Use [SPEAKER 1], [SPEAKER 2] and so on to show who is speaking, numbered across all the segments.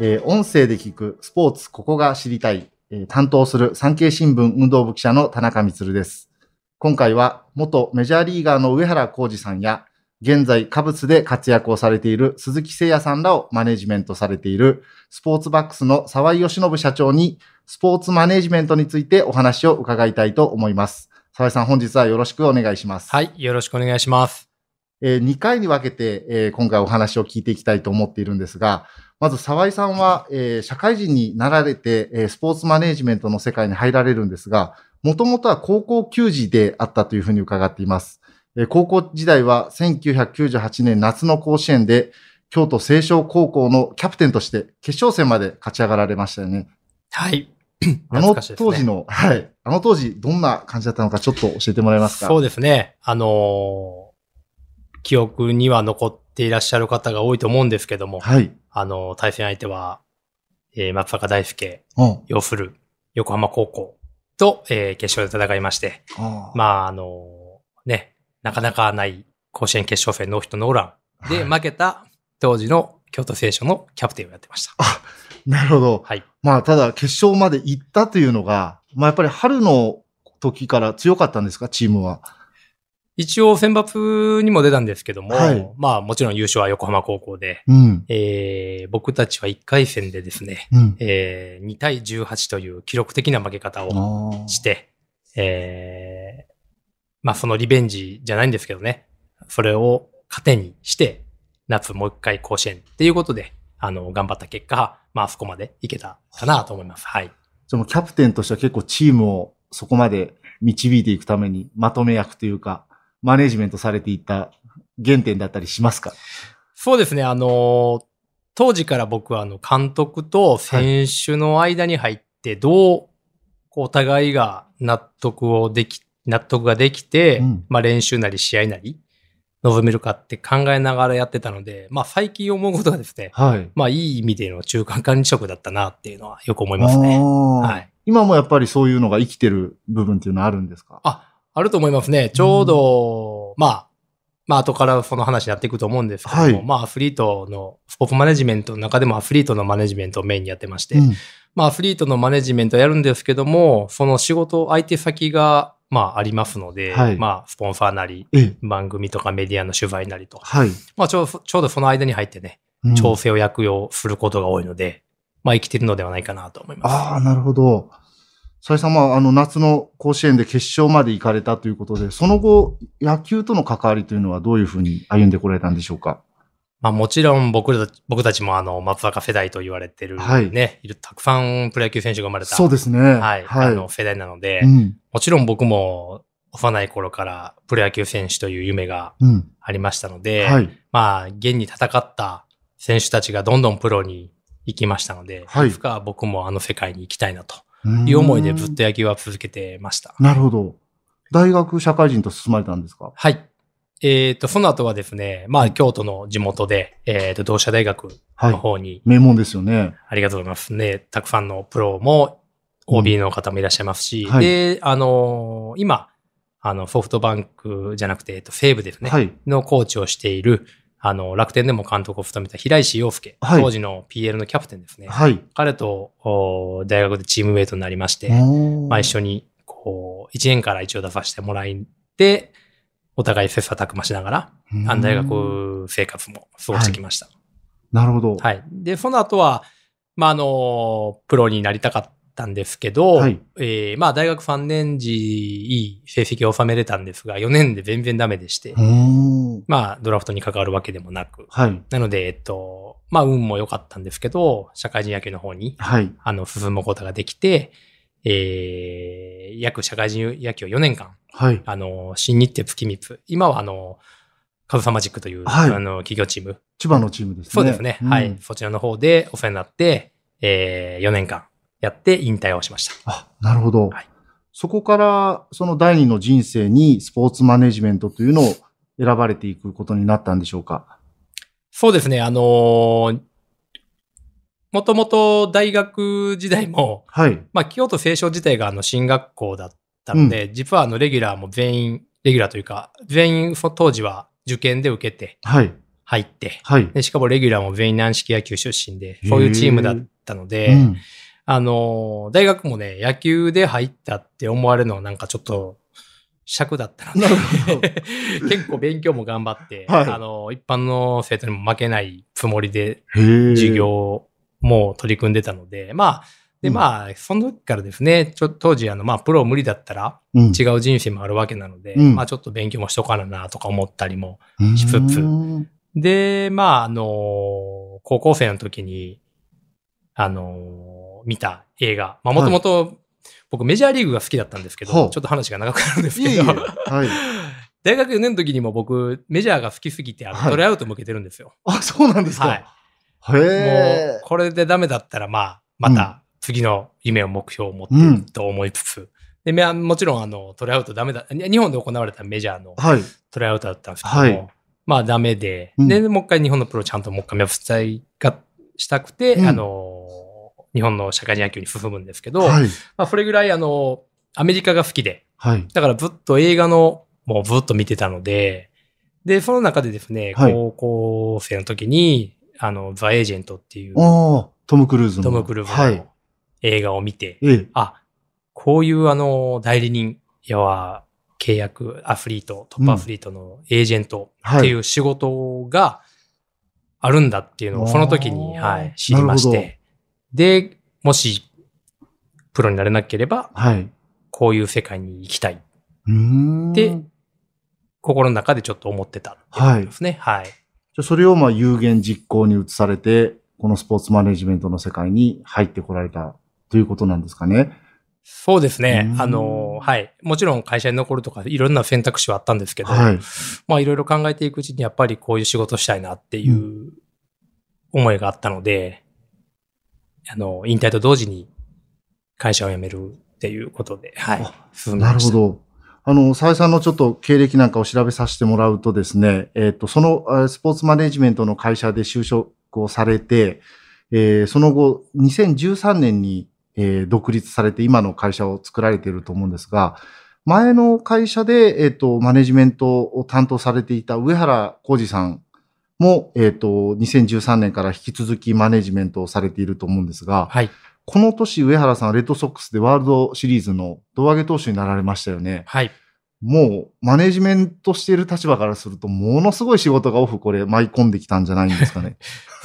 [SPEAKER 1] えー音声で聞くスポーツここが知りたい、えー担当する産経新聞運動部記者の田中光です。今回は元メジャーリーガーの上原浩二さんや、現在カブスで活躍をされている鈴木誠也さんらをマネジメントされているスポーツバックスの沢井義信社長にスポーツマネジメントについてお話を伺いたいと思います。沢井さん本日はよろしくお願いします。
[SPEAKER 2] はい、よろしくお願いします。
[SPEAKER 1] え2回に分けて、えー今回お話を聞いていきたいと思っているんですが、まず沢井さんは、えー社会人になられて、えースポーツマネージメントの世界に入られるんですが、もともとは高校球児であったというふうに伺っています。えー高校時代は1998年夏の甲子園で、京都清少高校のキャプテンとして決勝戦まで勝ち上がられましたよね。
[SPEAKER 2] はい。
[SPEAKER 1] あの
[SPEAKER 2] 懐かしいですね
[SPEAKER 1] 当時の、はい。あの当時どんな感じだったのかちょっと教えてもらえますか
[SPEAKER 2] そうですね。あのー記憶には残っていらっしゃる方が多いと思うんですけども、
[SPEAKER 1] はい。
[SPEAKER 2] あのー対戦相手は、えー松坂大輔、
[SPEAKER 1] うん。
[SPEAKER 2] 要する横浜高校と、えー決勝で戦いまして、
[SPEAKER 1] あー
[SPEAKER 2] まあ、あのーね、なかなかない甲子園決勝戦ノーヒットノーラン
[SPEAKER 1] は
[SPEAKER 2] で
[SPEAKER 1] い
[SPEAKER 2] 負けた当時の京都聖書のキャプテンをやってました。
[SPEAKER 1] なるほど。
[SPEAKER 2] はい。
[SPEAKER 1] まあ、ただ、決勝まで行ったというのが、まあ、やっぱり春の時から強かったんですか、チームは。
[SPEAKER 2] 一応選抜にも出たんですけども、
[SPEAKER 1] はい
[SPEAKER 2] まあもちろん優勝は横浜高校で、
[SPEAKER 1] うん。
[SPEAKER 2] えー僕たちは1回戦でですね、
[SPEAKER 1] うん。
[SPEAKER 2] え2対18という記録的な負け方を
[SPEAKER 1] あー
[SPEAKER 2] して、えーまあそのリベンジじゃないんですけどね、それを糧にして、夏もう一回甲子園っていうことで、あの、頑張った結果、まああそこまでいけたかなと思います。はい。
[SPEAKER 1] じゃあもうキャプテンとしては結構チームをそこまで導いていくために、まとめ役というか、マネジメントされていった原点だったりしますか
[SPEAKER 2] そうですね、あの、当時から僕はあの監督と選手の間に入って、どう、こうお互いが納得をでき、納得ができて、
[SPEAKER 1] うん
[SPEAKER 2] まあ練習なり試合なり、望めるかって考えながらやってたので、まあ最近思うことがですね、
[SPEAKER 1] はい。
[SPEAKER 2] まあいい意味での中間管理職だったなっていうのはよく思い
[SPEAKER 1] あ
[SPEAKER 2] ますね。
[SPEAKER 1] ー
[SPEAKER 2] はい。
[SPEAKER 1] 今もやっぱりそういうのが生きてる部分っていうのはあるんですか
[SPEAKER 2] あ、あると思いますね。ちょうど、まあ、まあ後からその話になっていくと思うんですけども、
[SPEAKER 1] はい
[SPEAKER 2] まあアスリートの、スポーツマネジメントの中でもアスリートのマネジメントをメインにやってまして、
[SPEAKER 1] うん
[SPEAKER 2] まあアスリートのマネジメントをやるんですけども、その仕事相手先が、まあありますので、
[SPEAKER 1] はい
[SPEAKER 2] まあスポンサーなり、
[SPEAKER 1] ええ。
[SPEAKER 2] 番組とかメディアの取材なりと、
[SPEAKER 1] はい。
[SPEAKER 2] まあちょうちょうどその間に入ってね、
[SPEAKER 1] うん
[SPEAKER 2] 調整を役用することが多いので、まあ生きてるのではないかなと思います。
[SPEAKER 1] ああ、なるほど。佐井さんは、あの、夏の甲子園で決勝まで行かれたということで、その後、野球との関わりというのはどういうふうに歩んでこられたんでしょうか
[SPEAKER 2] まあもちろん僕ら僕たちもあの松坂世代と言われてるね、
[SPEAKER 1] はい
[SPEAKER 2] いるたくさんプロ野球選手が生まれた、
[SPEAKER 1] そうですね。
[SPEAKER 2] はい、あの
[SPEAKER 1] は
[SPEAKER 2] 世代なので、
[SPEAKER 1] い。うん。
[SPEAKER 2] もちろん僕も幼い頃からプロ野球選手という夢が
[SPEAKER 1] うん。
[SPEAKER 2] ありましたので、
[SPEAKER 1] はい。
[SPEAKER 2] まあ現に戦った選手たちがどんどんプロに行きましたので、
[SPEAKER 1] はい
[SPEAKER 2] いつか僕もあの世界に行きたいなと
[SPEAKER 1] うん
[SPEAKER 2] いう思いでずっと野球は続けてました。
[SPEAKER 1] なるほど。大学、社会人と進まれたんですか
[SPEAKER 2] はい。えっ、と、その後はですね、まあ京都の地元で、えっ、と、同社大学
[SPEAKER 1] は
[SPEAKER 2] の
[SPEAKER 1] い。
[SPEAKER 2] 方に、
[SPEAKER 1] 名門ですよね。
[SPEAKER 2] ありがとうございます。ね、たくさんのプロも、OB の方もいらっしゃいますし、
[SPEAKER 1] はい
[SPEAKER 2] で、あのー今、あの、ソフトバンクじゃなくて、えっと、西武ですね、
[SPEAKER 1] はい。
[SPEAKER 2] のコーチをしている、あの、楽天でも監督を務めた平石洋介、
[SPEAKER 1] はい
[SPEAKER 2] 当時の PL のキャプテンですね。
[SPEAKER 1] はい。
[SPEAKER 2] 彼と、お大学でチームメイトになりまして、まあ、一緒に、こう、1年から一応出させてもらって、お互い切磋琢磨しながら、あの大
[SPEAKER 1] うん。
[SPEAKER 2] 学生活も過ごしてきました。
[SPEAKER 1] なるほど。
[SPEAKER 2] はい。で、その後は、まあ、あの、プロになりたかったんですけど、
[SPEAKER 1] はい
[SPEAKER 2] えーまあ、大学3年時、いい成績を収めれたんですが、4年で全然ダメでして、
[SPEAKER 1] うん
[SPEAKER 2] まあ、ドラフトに関わるわけでもなく、
[SPEAKER 1] はい。
[SPEAKER 2] なので、えっと、まあ、運も良かったんですけど、社会人野球の方に、
[SPEAKER 1] はい。
[SPEAKER 2] あの、進むことができて、えー約社会人野球4年間、
[SPEAKER 1] はい。
[SPEAKER 2] あの、新日程月光、今はあの、カブサマジックという、
[SPEAKER 1] はい
[SPEAKER 2] あの、企業チーム
[SPEAKER 1] 千葉のチームですね。
[SPEAKER 2] そうですね。
[SPEAKER 1] ん
[SPEAKER 2] はい。そちらの方でお世話になって、えー、4年間やって引退をしました。
[SPEAKER 1] あ、なるほど。
[SPEAKER 2] はい
[SPEAKER 1] そこから、その第二の人生にスポーツマネジメントというのを選ばれていくことになったんでしょうか。
[SPEAKER 2] そうですね。あのーもともと大学時代も、
[SPEAKER 1] はい。
[SPEAKER 2] まあ、京都清少自体があの、進学校だったので、実はあの、レギュラーも全員、レギュラーというか、全員、そ当時は受験で受けて、
[SPEAKER 1] はい。
[SPEAKER 2] 入って、
[SPEAKER 1] はい。
[SPEAKER 2] でしかもレギュラーも全員軟式野球出身で、そういうチームだったので、
[SPEAKER 1] うん
[SPEAKER 2] あのー、大学もね、野球で入ったって思われるのはなんかちょっと、尺だったので
[SPEAKER 1] なるほど
[SPEAKER 2] 結構勉強も頑張って、
[SPEAKER 1] はい
[SPEAKER 2] あのー、一般の生徒にも負けないつもりで
[SPEAKER 1] へえ。
[SPEAKER 2] 授。業も取り組んでたので、まあ、で、
[SPEAKER 1] うん
[SPEAKER 2] まあ、その時からですね、ちょ当時、あの、まあ、プロ無理だったら
[SPEAKER 1] うん、
[SPEAKER 2] 違う人生もあるわけなので、
[SPEAKER 1] うん
[SPEAKER 2] まあ、ちょっと勉強もしとかななとか思ったりも。
[SPEAKER 1] う
[SPEAKER 2] しつつ
[SPEAKER 1] ん
[SPEAKER 2] で、まあ、あの高校生の時に、あの見た映画、まあ、もともと、僕メジャーリーグが好きだったんですけど、
[SPEAKER 1] ほう
[SPEAKER 2] ちょっと話が長くなるんです
[SPEAKER 1] いえ
[SPEAKER 2] け
[SPEAKER 1] いえ。
[SPEAKER 2] ど、
[SPEAKER 1] はい。
[SPEAKER 2] 大学4年の時にも僕、メジャーが好きすぎて、あの
[SPEAKER 1] はい
[SPEAKER 2] トライアウト向けてるんですよ。
[SPEAKER 1] あ、そうなんですか。
[SPEAKER 2] はい
[SPEAKER 1] へ
[SPEAKER 2] もう
[SPEAKER 1] え、。
[SPEAKER 2] これでダメだったら、まあ、また次の夢を目標を持って
[SPEAKER 1] うん
[SPEAKER 2] と思いつつ、でめあもちろんあのトライアウトダメだ、に日本で行われたメジャーの
[SPEAKER 1] はい。
[SPEAKER 2] トライアウトだったんですけども、
[SPEAKER 1] はい
[SPEAKER 2] まあダメで、
[SPEAKER 1] うん
[SPEAKER 2] で、もう一回日本のプロちゃんともう一回目指したいがしたくて、
[SPEAKER 1] うん
[SPEAKER 2] あの、日本の社会人野球に進むんですけど、
[SPEAKER 1] はい。
[SPEAKER 2] まあそれぐらいあの、アメリカが好きで、
[SPEAKER 1] はい。
[SPEAKER 2] だからずっと映画の、もうずっと見てたので、で、その中でですね、
[SPEAKER 1] はい
[SPEAKER 2] 高校生の時に、あの、ザ・エージェントっていう、
[SPEAKER 1] ああ、トム・クルーズの。
[SPEAKER 2] トム・クルー
[SPEAKER 1] は
[SPEAKER 2] ズ
[SPEAKER 1] い
[SPEAKER 2] の。映画を見て、
[SPEAKER 1] ええ。
[SPEAKER 2] あ、こういうあの、代理人、要は契約、アスリート、トップアスリートのエージェント
[SPEAKER 1] はい。
[SPEAKER 2] っていう仕事があるんだっていうのを、
[SPEAKER 1] あー
[SPEAKER 2] その時に、はい、知りまし
[SPEAKER 1] なるほ
[SPEAKER 2] て、で、もし、プロになれなければ、
[SPEAKER 1] はい。う
[SPEAKER 2] こういう世界に行きたい。
[SPEAKER 1] ーん。
[SPEAKER 2] で
[SPEAKER 1] じ
[SPEAKER 2] 心の中でちょっと思ってたっていうことですね。はい。
[SPEAKER 1] ゃあそれをまあ有言実行に移されて、このスポーツマネジメントの世界に入ってこられたということなんですかね。
[SPEAKER 2] そうですね
[SPEAKER 1] う。ん
[SPEAKER 2] あの、はい。もちろん会社に残るとか、いろんな選択肢はあったんですけど、
[SPEAKER 1] はい。
[SPEAKER 2] まあいろいろ考えていくうちにやっぱりこういう仕事したいなっていう思いがあったので、あの、引退と同時に会社を辞めるっていうことで、はい
[SPEAKER 1] あ。
[SPEAKER 2] 進み
[SPEAKER 1] な
[SPEAKER 2] ま
[SPEAKER 1] る
[SPEAKER 2] し
[SPEAKER 1] ほ
[SPEAKER 2] た。
[SPEAKER 1] ど。あの、沢井さんのちょっと経歴なんかを調べさせてもらうとですね、えっ、と、そのえースポーツマネジメントの会社で就職をされて、えーその後、2013年に、えー独立されて今の会社を作られていると思うんですが、前の会社で、えっ、と、マネジメントを担当されていた上原浩二さんも、えっ、と、2013年から引き続きマネジメントをされていると思うんですが、
[SPEAKER 2] はい。
[SPEAKER 1] この年、上原さんはレッドソックスでワールドシリーズの胴上げ投手になられましたよね。
[SPEAKER 2] はい。
[SPEAKER 1] もう、マネジメントしている立場からすると、ものすごい仕事がオフ、これ、舞い込んできたんじゃないんですか ね。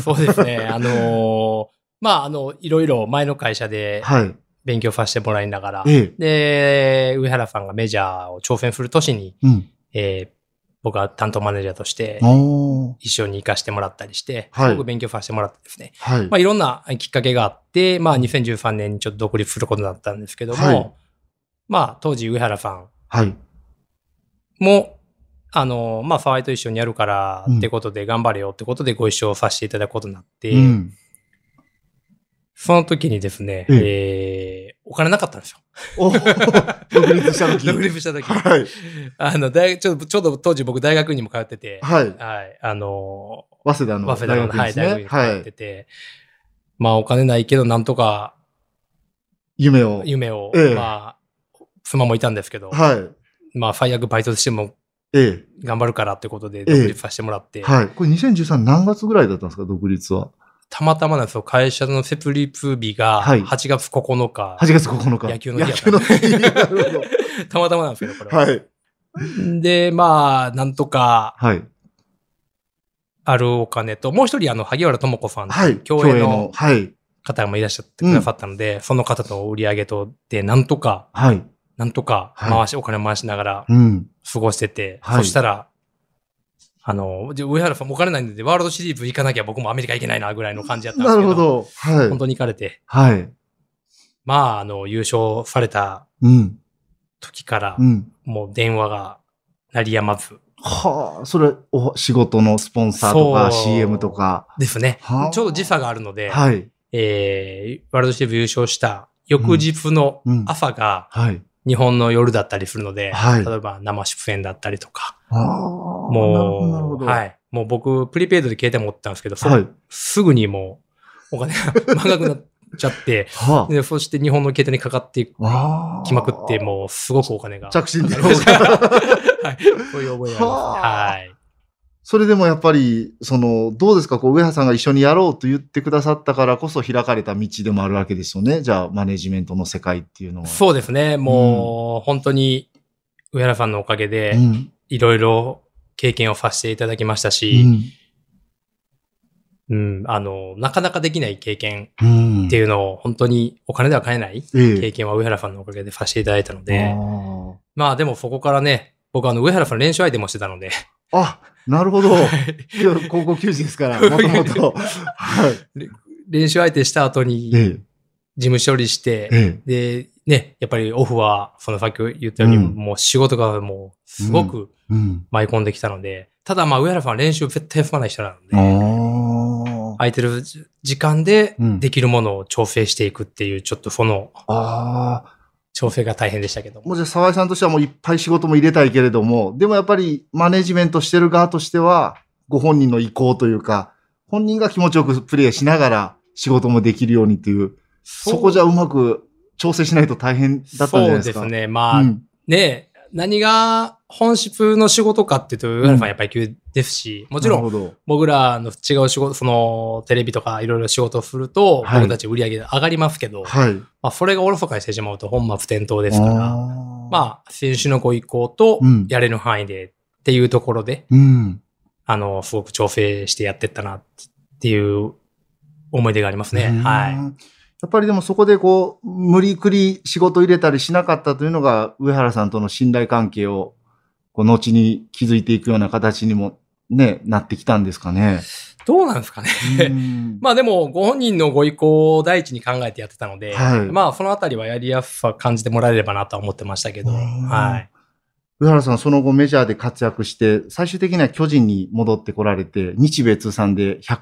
[SPEAKER 2] そうですね。 あのまあ、あの、いろいろ前の会社で
[SPEAKER 1] はい。
[SPEAKER 2] 勉強させてもらいながら、
[SPEAKER 1] ええ。
[SPEAKER 2] で、上原さんがメジャーを挑戦する年に、
[SPEAKER 1] うん。
[SPEAKER 2] えー僕は担当マネージャーとして
[SPEAKER 1] おー。
[SPEAKER 2] 一緒に行かせてもらったりして、
[SPEAKER 1] はい
[SPEAKER 2] すごく勉強させてもらってですね。
[SPEAKER 1] はい。
[SPEAKER 2] まあ、いろんなきっかけがあって、まあ、2013年にちょっと独立することになったんですけども、
[SPEAKER 1] はい
[SPEAKER 2] まあ、当時、上原さん
[SPEAKER 1] はい。
[SPEAKER 2] も、あの、まあ、沢井と一緒にやるから
[SPEAKER 1] うん
[SPEAKER 2] ってことで、頑張れよってことでご一緒させていただくことになって、
[SPEAKER 1] うん。
[SPEAKER 2] その時にですね、
[SPEAKER 1] え
[SPEAKER 2] えーお金なかったんですよ。
[SPEAKER 1] おー独立した時
[SPEAKER 2] 独立した時。
[SPEAKER 1] はい。
[SPEAKER 2] あの、大ちょっと、ちょうど当時僕大学にも通ってて、
[SPEAKER 1] はい。
[SPEAKER 2] はい、あの、
[SPEAKER 1] 早稲田の
[SPEAKER 2] 早稲田の
[SPEAKER 1] 大学
[SPEAKER 2] は
[SPEAKER 1] で
[SPEAKER 2] い
[SPEAKER 1] す
[SPEAKER 2] 大学
[SPEAKER 1] ね。
[SPEAKER 2] に通
[SPEAKER 1] は
[SPEAKER 2] って
[SPEAKER 1] い。
[SPEAKER 2] て、まあ、お金ないけど、なんとか
[SPEAKER 1] 夢を。
[SPEAKER 2] 夢を、
[SPEAKER 1] ええ
[SPEAKER 2] まあ、妻もいたんですけど、
[SPEAKER 1] はい。
[SPEAKER 2] まあ、最悪バイトしても
[SPEAKER 1] え
[SPEAKER 2] 頑張るからってことで
[SPEAKER 1] え
[SPEAKER 2] 独立させてもらって、
[SPEAKER 1] え。はい。これ2013何月ぐらいだったんですか、独立は。
[SPEAKER 2] たまたまなんですよ、会社の設立日が
[SPEAKER 1] はい
[SPEAKER 2] 8月9日、
[SPEAKER 1] 8月9日。
[SPEAKER 2] 野球の日や
[SPEAKER 1] 野
[SPEAKER 2] った
[SPEAKER 1] 球の日。なるほ
[SPEAKER 2] たまたまなんですけど、これ
[SPEAKER 1] ど。
[SPEAKER 2] は。
[SPEAKER 1] はい。
[SPEAKER 2] で、まあ、なんとか
[SPEAKER 1] はい。
[SPEAKER 2] あるお金と、もう一人、あの、萩原智子さん、
[SPEAKER 1] はい。
[SPEAKER 2] 競泳の
[SPEAKER 1] はい。
[SPEAKER 2] 方もいらっしゃってくださったので、その方と売り上げとで、なんとか、
[SPEAKER 1] はい。
[SPEAKER 2] なんとか
[SPEAKER 1] はい
[SPEAKER 2] 回し、お金回しながら
[SPEAKER 1] うん。
[SPEAKER 2] 過ごしてて、
[SPEAKER 1] はい
[SPEAKER 2] そしたら、あの、じゃあ上原さんもお金ないんで、ワールドシリーズ行かなきゃ僕もアメリカ行けないな、ぐらいの感じだったんです
[SPEAKER 1] なる
[SPEAKER 2] けど、
[SPEAKER 1] ほど。はい
[SPEAKER 2] 本。当に行かれて、
[SPEAKER 1] はい。
[SPEAKER 2] まあ、あの、優勝された
[SPEAKER 1] うん。
[SPEAKER 2] 時から
[SPEAKER 1] う、ん。
[SPEAKER 2] もう電話が鳴りやまず
[SPEAKER 1] はあ、それ、お仕事のスポンサーとか
[SPEAKER 2] そう
[SPEAKER 1] CM とか。
[SPEAKER 2] ですね。
[SPEAKER 1] はあ
[SPEAKER 2] ちょうど時差があるので、
[SPEAKER 1] はい。
[SPEAKER 2] えー、ワールドシリーズ優勝した翌日の
[SPEAKER 1] うん。
[SPEAKER 2] 朝が
[SPEAKER 1] はい。
[SPEAKER 2] 日本の夜だったりするので、
[SPEAKER 1] はい
[SPEAKER 2] 例えば生出演だったりとか、
[SPEAKER 1] ああ。
[SPEAKER 2] もう、
[SPEAKER 1] なるほど。。
[SPEAKER 2] はいい。もう僕、プリペイドで携帯持ってたんですけど、そ
[SPEAKER 1] はい。
[SPEAKER 2] すぐにもうお金が 満額になっちゃって、
[SPEAKER 1] は
[SPEAKER 2] でそして日本の携帯にかかって
[SPEAKER 1] あ。ああ。
[SPEAKER 2] きまくって、もうすごくお金が。
[SPEAKER 1] 着信
[SPEAKER 2] か
[SPEAKER 1] 料
[SPEAKER 2] かりました
[SPEAKER 1] が。
[SPEAKER 2] はい。そういう覚えがありますね。
[SPEAKER 1] はあ
[SPEAKER 2] はい。
[SPEAKER 1] それでもやっぱり、その、どうですか、こう、上原さんが一緒にやろうと言ってくださったからこそ開かれた道でもあるわけですよね。じゃあ、マネジメントの世界っていうのは。
[SPEAKER 2] そうですね。もう、本当に、上原さんのおかげで
[SPEAKER 1] う、ん。
[SPEAKER 2] いろいろ経験をさせていただきました
[SPEAKER 1] う
[SPEAKER 2] し、
[SPEAKER 1] ん。
[SPEAKER 2] うん、あの、なかなかできない経験
[SPEAKER 1] うん。
[SPEAKER 2] っていうのを、本当にお金では買えない
[SPEAKER 1] え
[SPEAKER 2] 経
[SPEAKER 1] え
[SPEAKER 2] 験は上原さんのおかげでさせていただいたの
[SPEAKER 1] あ
[SPEAKER 2] で、
[SPEAKER 1] ー
[SPEAKER 2] まあでもそこからね、僕あの、上原さんの練習相手もしてたので、
[SPEAKER 1] あ、なるほど。今日高校球児ですから、もともと。はい。
[SPEAKER 2] 練習相手した後に、
[SPEAKER 1] え
[SPEAKER 2] 事務処理して
[SPEAKER 1] え、え
[SPEAKER 2] で、ね、やっぱりオフは、そのさっき言ったように、
[SPEAKER 1] うん
[SPEAKER 2] もう仕事がもう、すごく
[SPEAKER 1] えうん。
[SPEAKER 2] 舞い込んできたので、ただまあ、上原さんは練習絶対吹かない人なので、
[SPEAKER 1] ああ。
[SPEAKER 2] 空いてるじ時間で
[SPEAKER 1] うん
[SPEAKER 2] できるものを調整していくっていう、ちょっとその
[SPEAKER 1] ああ。
[SPEAKER 2] 調整が大変でしたけども。
[SPEAKER 1] もうじゃあ沢井さんとしてはもういっぱい仕事も入れたいけれども、でもやっぱりマネジメントしてる側としては、ご本人の意向というか、本人が気持ちよくプレーしながら仕事もできるようにという、そこじゃうまく調整しないと大変だったんじゃないですか。
[SPEAKER 2] そうですね。まあ、
[SPEAKER 1] うん
[SPEAKER 2] ね、何が本質の仕事かっていうと、上原さんやっぱり急ですし、もちろん
[SPEAKER 1] なるほど。
[SPEAKER 2] 僕らの違う仕事、そのテレビとかいろいろ仕事をすると、
[SPEAKER 1] はい
[SPEAKER 2] 僕たち売り上げが上がりますけど、
[SPEAKER 1] はい。
[SPEAKER 2] まあそれがおろそかにしてしまうと本末転倒ですから、
[SPEAKER 1] あ
[SPEAKER 2] まあ選手のご意向と
[SPEAKER 1] うん
[SPEAKER 2] やれる範囲でっていうところで、
[SPEAKER 1] ー。うん。
[SPEAKER 2] あの、すごく調整してやってったなっていう思い出がありますね。
[SPEAKER 1] うん
[SPEAKER 2] はい。
[SPEAKER 1] やっぱりでもそこでこう、無理くり仕事入れたりしなかったというのが、上原さんとの信頼関係を、こう、後に築いていくような形にも、ね、なってきたんですか ね。
[SPEAKER 2] どうなんですかね。
[SPEAKER 1] うん
[SPEAKER 2] まあでも、ご本人のご意向を第一に考えてやってたので、
[SPEAKER 1] はい
[SPEAKER 2] まあそのあたりはやりやすさ感じてもらえればなとは思ってましたけど、
[SPEAKER 1] うん
[SPEAKER 2] はい。
[SPEAKER 1] 上原さん、その後メジャーで活躍して、最終的には巨人に戻ってこられて、日米通算で100勝、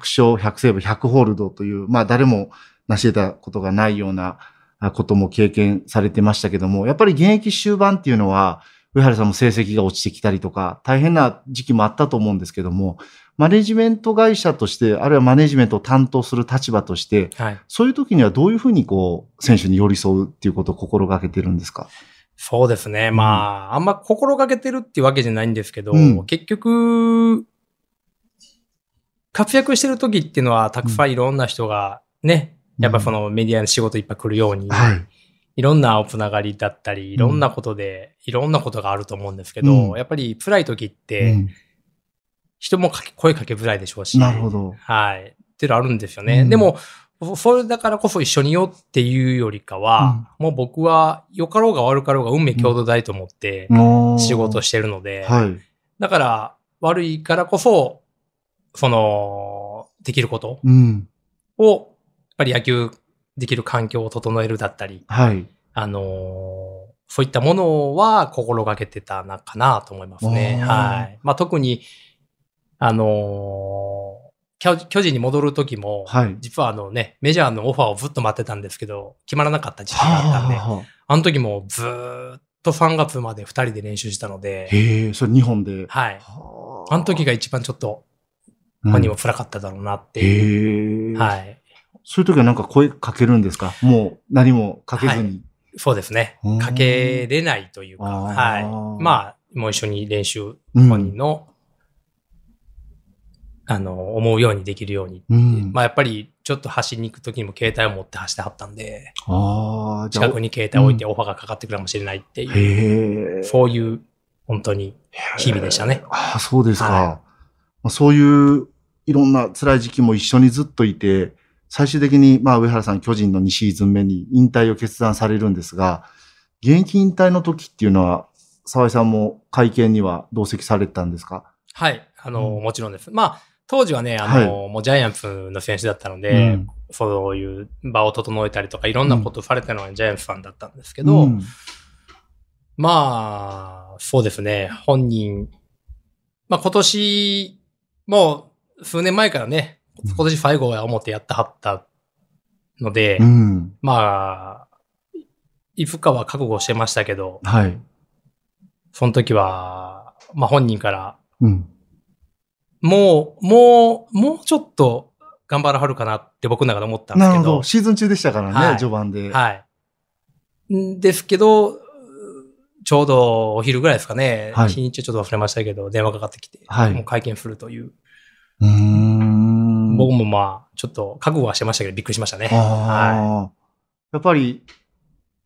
[SPEAKER 1] 100セーブ、100ホールドという、まあ誰も成し得たことがないようなあことも経験されてましたけども、やっぱり現役終盤っていうのは、上原さんも成績が落ちてきたりとか、大変な時期もあったと思うんですけども、マネジメント会社として、あるいはマネジメントを担当する立場として、
[SPEAKER 2] はい。
[SPEAKER 1] そういう時にはどういうふうにこう、選手に寄り添うっていうことを心がけてるんですか
[SPEAKER 2] そうですね。まあ、あんま心がけてるっていうわけじゃないんですけど、
[SPEAKER 1] うん
[SPEAKER 2] 結局、活躍してる時っていうのは、たくさんいろんな人がね、やっぱそのメディアの仕事いっぱい来るように、
[SPEAKER 1] はい。
[SPEAKER 2] いろんなおつながりだったり、いろんなことで、いろんなことがあると思うんですけど、
[SPEAKER 1] うん
[SPEAKER 2] やっぱり辛い時って、
[SPEAKER 1] うん
[SPEAKER 2] 人もかけ声かけづらいでしょうし、
[SPEAKER 1] なるほど。
[SPEAKER 2] はい。っていうのあるんですよね。
[SPEAKER 1] うん
[SPEAKER 2] でも、そそれだからこそ一緒によっていうよりかは、もう僕は良かろうが悪かろうが運命共同体と思って仕
[SPEAKER 1] 仕
[SPEAKER 2] 事してるので、
[SPEAKER 1] はい。
[SPEAKER 2] だから悪いからこそ、その、できること
[SPEAKER 1] うん。
[SPEAKER 2] を、やっぱり野球できる環境を整えるだったり、
[SPEAKER 1] はい。
[SPEAKER 2] あのーそういったものは心がけてたな、かなと思いますね。
[SPEAKER 1] あー
[SPEAKER 2] はい。まあ、特に、あのー巨巨人に戻る時も、
[SPEAKER 1] はい。
[SPEAKER 2] 実はあのね、メジャーのオファーをずっと待ってたんですけど、決まらなかった時期
[SPEAKER 1] は
[SPEAKER 2] があったんで、
[SPEAKER 1] あはあ
[SPEAKER 2] あの時もずーっと3月まで2人で練習したので、
[SPEAKER 1] へえ、それ日本で。
[SPEAKER 2] はい。
[SPEAKER 1] は
[SPEAKER 2] あの時が一番ちょっと
[SPEAKER 1] うん
[SPEAKER 2] 本人も辛かっただろうなってい
[SPEAKER 1] へ
[SPEAKER 2] う。
[SPEAKER 1] え。
[SPEAKER 2] はい。
[SPEAKER 1] そういう時はなんか声かけるんですかもう何もかけずに。
[SPEAKER 2] そうですね
[SPEAKER 1] うん。
[SPEAKER 2] かけれないというか、
[SPEAKER 1] あ
[SPEAKER 2] はい
[SPEAKER 1] ー。
[SPEAKER 2] まあ、もう一緒に練習
[SPEAKER 1] うん
[SPEAKER 2] 本人の、あの、思うようにできるようにって。
[SPEAKER 1] うん
[SPEAKER 2] まあやっぱり、ちょっと走りに行く時にも携帯を持って走ってはったんで、
[SPEAKER 1] ああ、じゃ
[SPEAKER 2] 近
[SPEAKER 1] あ
[SPEAKER 2] く。に携帯置いてオファーがかかってくるかもしれないっていう、
[SPEAKER 1] へえ。
[SPEAKER 2] そういう、本当に日々でしたね。
[SPEAKER 1] ああ、そうですか。
[SPEAKER 2] はい
[SPEAKER 1] まあそういういろんな辛い時期も一緒にずっといて、最終的に、まあ、上原さん、巨人の2シーズン目に引退を決断されるんですが、現役引退の時っていうのは、沢井さんも会見には同席されてたんですか
[SPEAKER 2] はい。あの、
[SPEAKER 1] うん
[SPEAKER 2] もちろんです。まあ、当時はね、あの、もうジャイアンツの選手だったので、
[SPEAKER 1] うん
[SPEAKER 2] そういう場を整えたりとか、いろんなことをされたのはジャイアンツさんだったんですけ
[SPEAKER 1] け
[SPEAKER 2] ど、まあ、そうですね。本人、まあ今年、もう数年前から
[SPEAKER 1] う
[SPEAKER 2] ね、
[SPEAKER 1] ん
[SPEAKER 2] 今年最後は思ってやってはったので、
[SPEAKER 1] うん。
[SPEAKER 2] まあ、いつかは覚悟してましたけど、
[SPEAKER 1] はい。
[SPEAKER 2] その時は、まあ本人から、
[SPEAKER 1] うん。
[SPEAKER 2] もう、もう、もうちょっと頑張らはるかなって僕の中で思ったんで
[SPEAKER 1] な
[SPEAKER 2] す
[SPEAKER 1] る
[SPEAKER 2] け
[SPEAKER 1] ほ
[SPEAKER 2] ど
[SPEAKER 1] ど。、シーズン中でしたからね、
[SPEAKER 2] はい
[SPEAKER 1] 序盤で。
[SPEAKER 2] はい。んですけど、うーちょうどお昼ぐらいですかね、
[SPEAKER 1] はい
[SPEAKER 2] 日にちちょっと忘れましたけど、電話かかってきて、
[SPEAKER 1] はい
[SPEAKER 2] もう会見するという、
[SPEAKER 1] うーん。
[SPEAKER 2] 僕もまあ、ちょっと覚悟はしてましたけど、びっくりしましたね。は
[SPEAKER 1] ああ。やっぱり、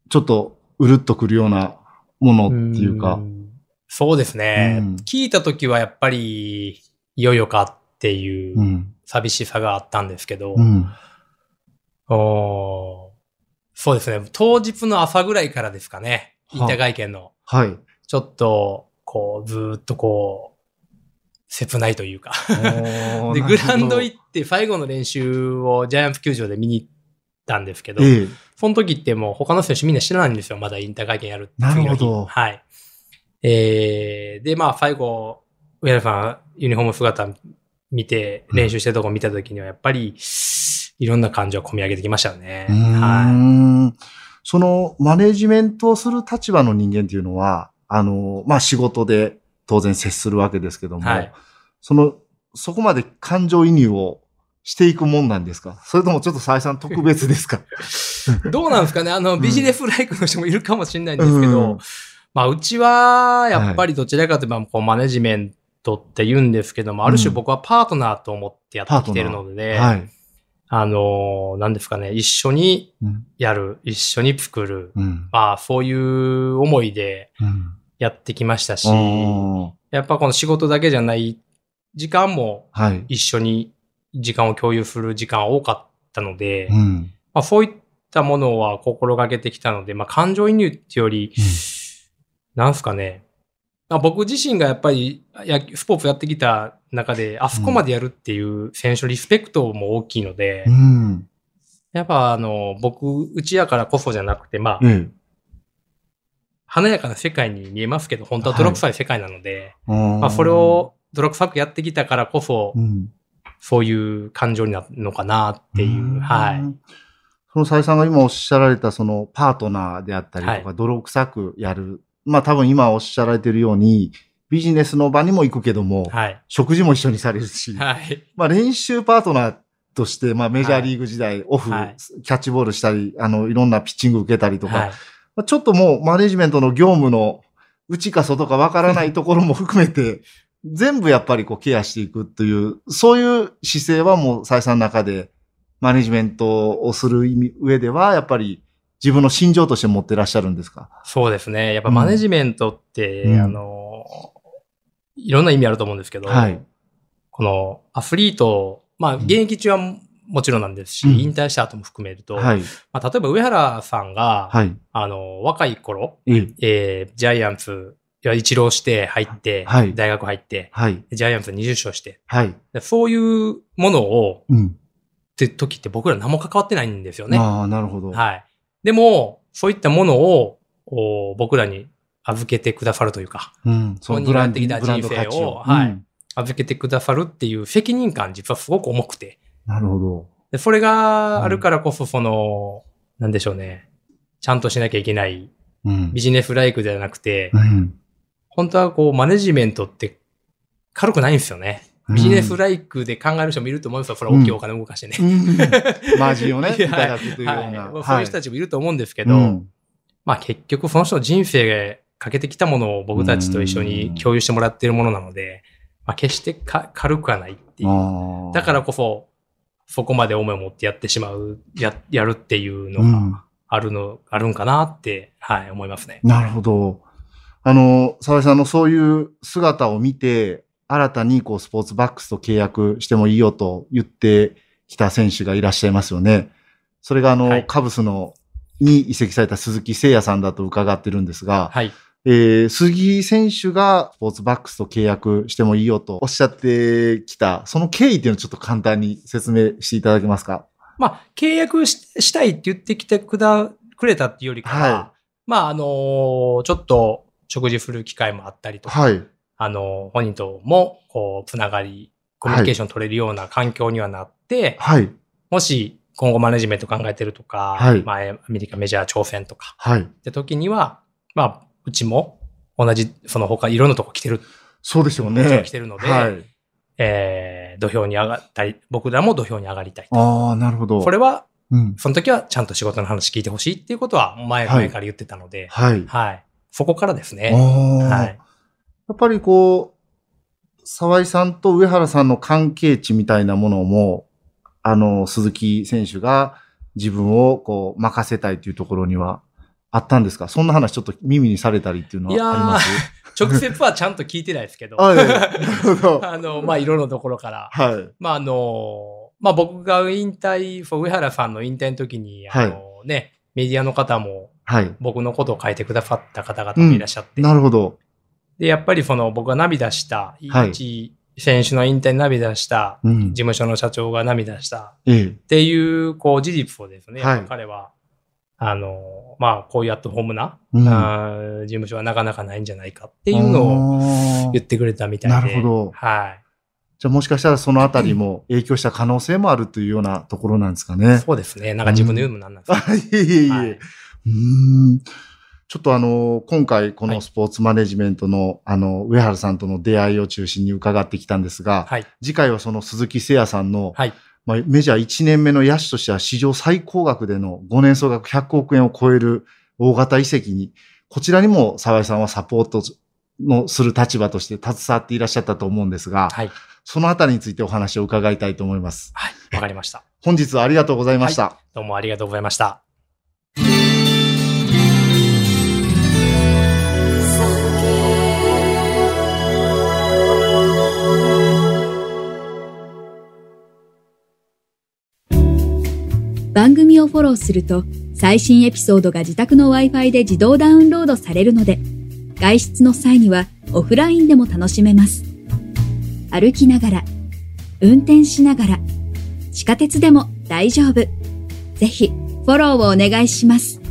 [SPEAKER 1] ちょっと、うるっとくるようなものっていうか。
[SPEAKER 2] んそうですね。
[SPEAKER 1] うん。
[SPEAKER 2] 聞いた時はやっぱり、いよいよかっていううん寂しさがあったんですけど、
[SPEAKER 1] うん。
[SPEAKER 2] おーそうですね。当日の朝ぐらいからですかね。
[SPEAKER 1] は
[SPEAKER 2] 引退会見の。
[SPEAKER 1] はい。
[SPEAKER 2] ちょっと、こう、ずーっとこう、切ないというか。で、グラウンド行
[SPEAKER 1] っ
[SPEAKER 2] って最後の練習をジャイアンツ球場で見に行ったんですけど、
[SPEAKER 1] ええ。
[SPEAKER 2] その時ってもう他の選手みんな知らないんですよ。まだ引退会見やる
[SPEAKER 1] なるほど
[SPEAKER 2] 次の日はい。えー、で、まあ最後、上原さんユニフォーム姿見て、
[SPEAKER 1] うん
[SPEAKER 2] 練習してるとこ見た時にはやっぱり、いろんな感情を込み上げてきましたよね。
[SPEAKER 1] うー
[SPEAKER 2] は
[SPEAKER 1] んそのマネジメントをする立場の人間っていうのは、あの、まあ、仕事で当然接するわけですけど
[SPEAKER 2] い。
[SPEAKER 1] も、
[SPEAKER 2] はい。
[SPEAKER 1] その、そこまで感情移入をしていくもんなんですかそれともちょっと再三特別です か
[SPEAKER 2] どうなんですかねあの、
[SPEAKER 1] ん
[SPEAKER 2] ビジネスライクの人もいるかもしれないんですけど、
[SPEAKER 1] うん
[SPEAKER 2] まあ、うちは、やっぱりどちらかというと、こう、マネジメントって言うんですけども、ある種僕はパートナーと思ってやってきてるので、
[SPEAKER 1] はい。
[SPEAKER 2] あの、なんですかね、一緒に
[SPEAKER 1] うん。
[SPEAKER 2] やる、一緒に作る、
[SPEAKER 1] うん。
[SPEAKER 2] まあ、そういう思いで
[SPEAKER 1] うん
[SPEAKER 2] やってきましたし、
[SPEAKER 1] あー
[SPEAKER 2] やっぱこの仕事だけじゃない時間も
[SPEAKER 1] はい。
[SPEAKER 2] 一緒に時間を共有する時間は多かったので、
[SPEAKER 1] うん。
[SPEAKER 2] まあ、そういったものは心がけてきたので、まあ、感情移入っていうより、なんすかね、まあ、僕自身がやっぱりやスポーツやってきた中で、あそこまでやるっていう選手リスペクトも大きいので、
[SPEAKER 1] うん。
[SPEAKER 2] やっぱあの、僕、うちやからこそじゃなくて、まあ、
[SPEAKER 1] ええ。
[SPEAKER 2] 華やかな世界に見えますけど、本当は泥臭い世界なので、
[SPEAKER 1] ま
[SPEAKER 2] まあ、それ、を泥臭くやってきたからこそ、
[SPEAKER 1] うん。
[SPEAKER 2] そういう感情になるのかなっていう、
[SPEAKER 1] ん
[SPEAKER 2] はい。。
[SPEAKER 1] その再三が今おっしゃられたそのパートナーであったりと
[SPEAKER 2] は
[SPEAKER 1] か、泥臭くやる。まあ多分今おっしゃられてるように、ビジネスの場にも行くけども、
[SPEAKER 2] はい。
[SPEAKER 1] 食事も一緒にされるし、
[SPEAKER 2] はい。
[SPEAKER 1] まあ練習パートナーとして、まあメジャーリーグ時代、オフ、
[SPEAKER 2] はい
[SPEAKER 1] キャッチボールしたり、あの、いろんなピッチング受けたりとか、
[SPEAKER 2] はい
[SPEAKER 1] まあちょっともうマネジメントの業務の内か外かわからないところも含め て、全部やっぱりこうケアしていくという、そういう姿勢はもう再三の中で、マネジメントをする意味上では、やっぱり自分の心情として持ってらっしゃるんですか
[SPEAKER 2] そうですね。やっぱ
[SPEAKER 1] うん
[SPEAKER 2] マネジメントって、
[SPEAKER 1] うん
[SPEAKER 2] あの、いろんな意味あると思うんですけど、
[SPEAKER 1] はい。
[SPEAKER 2] このアスリート、まあ、
[SPEAKER 1] うん
[SPEAKER 2] 現役中はもちろんなんですし、
[SPEAKER 1] うん
[SPEAKER 2] 引退した後も含めると、
[SPEAKER 1] はい。
[SPEAKER 2] まあ、例えば上原さんが、
[SPEAKER 1] はい。
[SPEAKER 2] あの、若い頃、
[SPEAKER 1] ええ
[SPEAKER 2] えージャイアンツ、いや一浪して入って、
[SPEAKER 1] はい
[SPEAKER 2] 大学入って、
[SPEAKER 1] はい。
[SPEAKER 2] ジャイアンツ20勝して、
[SPEAKER 1] はい。
[SPEAKER 2] でそういうものを、
[SPEAKER 1] うん。
[SPEAKER 2] って時って僕ら何も関わってないんですよね。
[SPEAKER 1] ああ、なるほど。
[SPEAKER 2] はい。でも、そういったものを、こう僕らに預けてくださるというか、
[SPEAKER 1] うん。そのブランド
[SPEAKER 2] 本人がやってきた
[SPEAKER 1] ブランド
[SPEAKER 2] 人生を
[SPEAKER 1] 価値
[SPEAKER 2] はい
[SPEAKER 1] うん
[SPEAKER 2] 預けてくださるっていう責任感、実はすごく重くて。
[SPEAKER 1] なるほど。
[SPEAKER 2] でそれがあるからこそ、その、なんでしょうね。ちゃんとしなきゃいけない、
[SPEAKER 1] うん
[SPEAKER 2] ビ。ジネスライクじゃなくて、
[SPEAKER 1] うん
[SPEAKER 2] 本当はこう、マネジメントって軽くないんですよね。ビジネスライクで考える人もいると思うんですよ。それは大きいお金を動かしてね。
[SPEAKER 1] うん マージンをね、
[SPEAKER 2] いや
[SPEAKER 1] いただくというよう
[SPEAKER 2] はい
[SPEAKER 1] な。
[SPEAKER 2] まあそういう人たちもいると思うんですけど、
[SPEAKER 1] うん
[SPEAKER 2] まあ結局その人の人生かけてきたものを僕たちと一緒に共有してもらっているものなので、まあ決してか軽くはないっていう。
[SPEAKER 1] あー
[SPEAKER 2] だからこそ、そこまで思いを持ってやってしまう、や、やるっていうの
[SPEAKER 1] うん
[SPEAKER 2] があるの、あるんかなって、はい、思いますね。
[SPEAKER 1] なるほど。あの、沢井さんのそういう姿を見て、新たにこうスポーツバックスと契約してもいいよと言ってきた選手がいらっしゃいますよね。それがあの、
[SPEAKER 2] はい
[SPEAKER 1] カブスのに移籍された鈴木誠也さんだと伺ってるんですが、
[SPEAKER 2] はい。
[SPEAKER 1] えー鈴木選手がスポーツバックスと契約してもいいよとおっしゃってきた、その経緯っていうのをちょっと簡単に説明していただけますか。
[SPEAKER 2] まあ、契約ししたいって言ってきてくだ、くれたっていうよりかは、
[SPEAKER 1] は
[SPEAKER 2] まあ、あのーちょっと食事する機会もあったりとか、
[SPEAKER 1] はい。
[SPEAKER 2] あのー本人とも、こう、つながり、コミュニケーション取れるような環境にはなって、
[SPEAKER 1] はい。
[SPEAKER 2] もし、今後マネジメント考えてるとか、
[SPEAKER 1] はい
[SPEAKER 2] まあ、アメリカメジャー挑戦とか、
[SPEAKER 1] はい。
[SPEAKER 2] って時には、まあ、うちも、同じ、その他いろんなとこ来てる、
[SPEAKER 1] そうですよ
[SPEAKER 2] とこ
[SPEAKER 1] ね
[SPEAKER 2] 来。てるので、
[SPEAKER 1] はい。
[SPEAKER 2] えー土俵に上がったり、僕らも土俵に上がりたい。
[SPEAKER 1] ああ、なるほど。
[SPEAKER 2] これは、
[SPEAKER 1] うん。
[SPEAKER 2] その時はちゃんと仕事の話聞いてほしいっていうことは、前
[SPEAKER 1] はい
[SPEAKER 2] 前から言ってたので、
[SPEAKER 1] はい。
[SPEAKER 2] はい。そこからですね。は。
[SPEAKER 1] はいやっぱりこう、沢井さんと上原さんの関係値みたいなものも、あの、鈴木選手が自分をこう、任せたいというところにはあったんですかそんな話ちょっと耳にされたりっていうの
[SPEAKER 2] いやー
[SPEAKER 1] はあります
[SPEAKER 2] 直接はちゃんと聞いてないですけど、
[SPEAKER 1] あ、いやいやなるほど。
[SPEAKER 2] あの、まあ、いろんなところから、
[SPEAKER 1] はい。
[SPEAKER 2] まあ、あの、まあ、僕が引退、そう上原さんの引退の時に、あの、ね、メディアの方も
[SPEAKER 1] はい。
[SPEAKER 2] 僕のことを書いてくださった方々もいらっしゃって、
[SPEAKER 1] なるほど。
[SPEAKER 2] で、やっぱりその僕が涙した、
[SPEAKER 1] はい
[SPEAKER 2] 一選手の引退に涙した、
[SPEAKER 1] うん
[SPEAKER 2] 事。務所の社長が涙した、
[SPEAKER 1] ええ。
[SPEAKER 2] っていう、こう、事実をですね、
[SPEAKER 1] はい
[SPEAKER 2] やっぱ彼は、あの、まあ、こういうアットホームな、
[SPEAKER 1] うん
[SPEAKER 2] あー事務所はなかなかないんじゃないかっていうのを
[SPEAKER 1] を
[SPEAKER 2] 言ってくれたみたいで。
[SPEAKER 1] なるほど
[SPEAKER 2] は
[SPEAKER 1] じゃあもしかしたらそのあたりも影響した可能性もあるというようなところなんですかね
[SPEAKER 2] い。。そうですね。なんか自分の言うのもなんなんです
[SPEAKER 1] あ、いえいえ いえ。
[SPEAKER 2] はいう
[SPEAKER 1] ーんちょっとあの、今回こ
[SPEAKER 2] は
[SPEAKER 1] の
[SPEAKER 2] い
[SPEAKER 1] スポーツマネジメントの、あの、上原さんとの出会いを中心に伺ってきたんですが、
[SPEAKER 2] はい。
[SPEAKER 1] 次回はその鈴木誠也さんの、
[SPEAKER 2] はい。
[SPEAKER 1] まあ、メジャー1年目の野手としては史上最高額での5年総額100億円を超える大型移籍に、こちらにも沢井さんはサポートのする立場として携わっていらっしゃったと思うんですが、
[SPEAKER 2] はい。
[SPEAKER 1] そのあたりについてお話を伺いたいと思います。
[SPEAKER 2] はい。わかりました。
[SPEAKER 1] 本日はありがとうございました。
[SPEAKER 2] どうもありがとうございました。
[SPEAKER 3] 番組をフォローすると最新エピソードが自宅の Wi-Fi で自動ダウンロードされるので外出の際にはオフラインでも楽しめます歩きながら運転しながら地下鉄でも大丈夫ぜひフォローをお願いします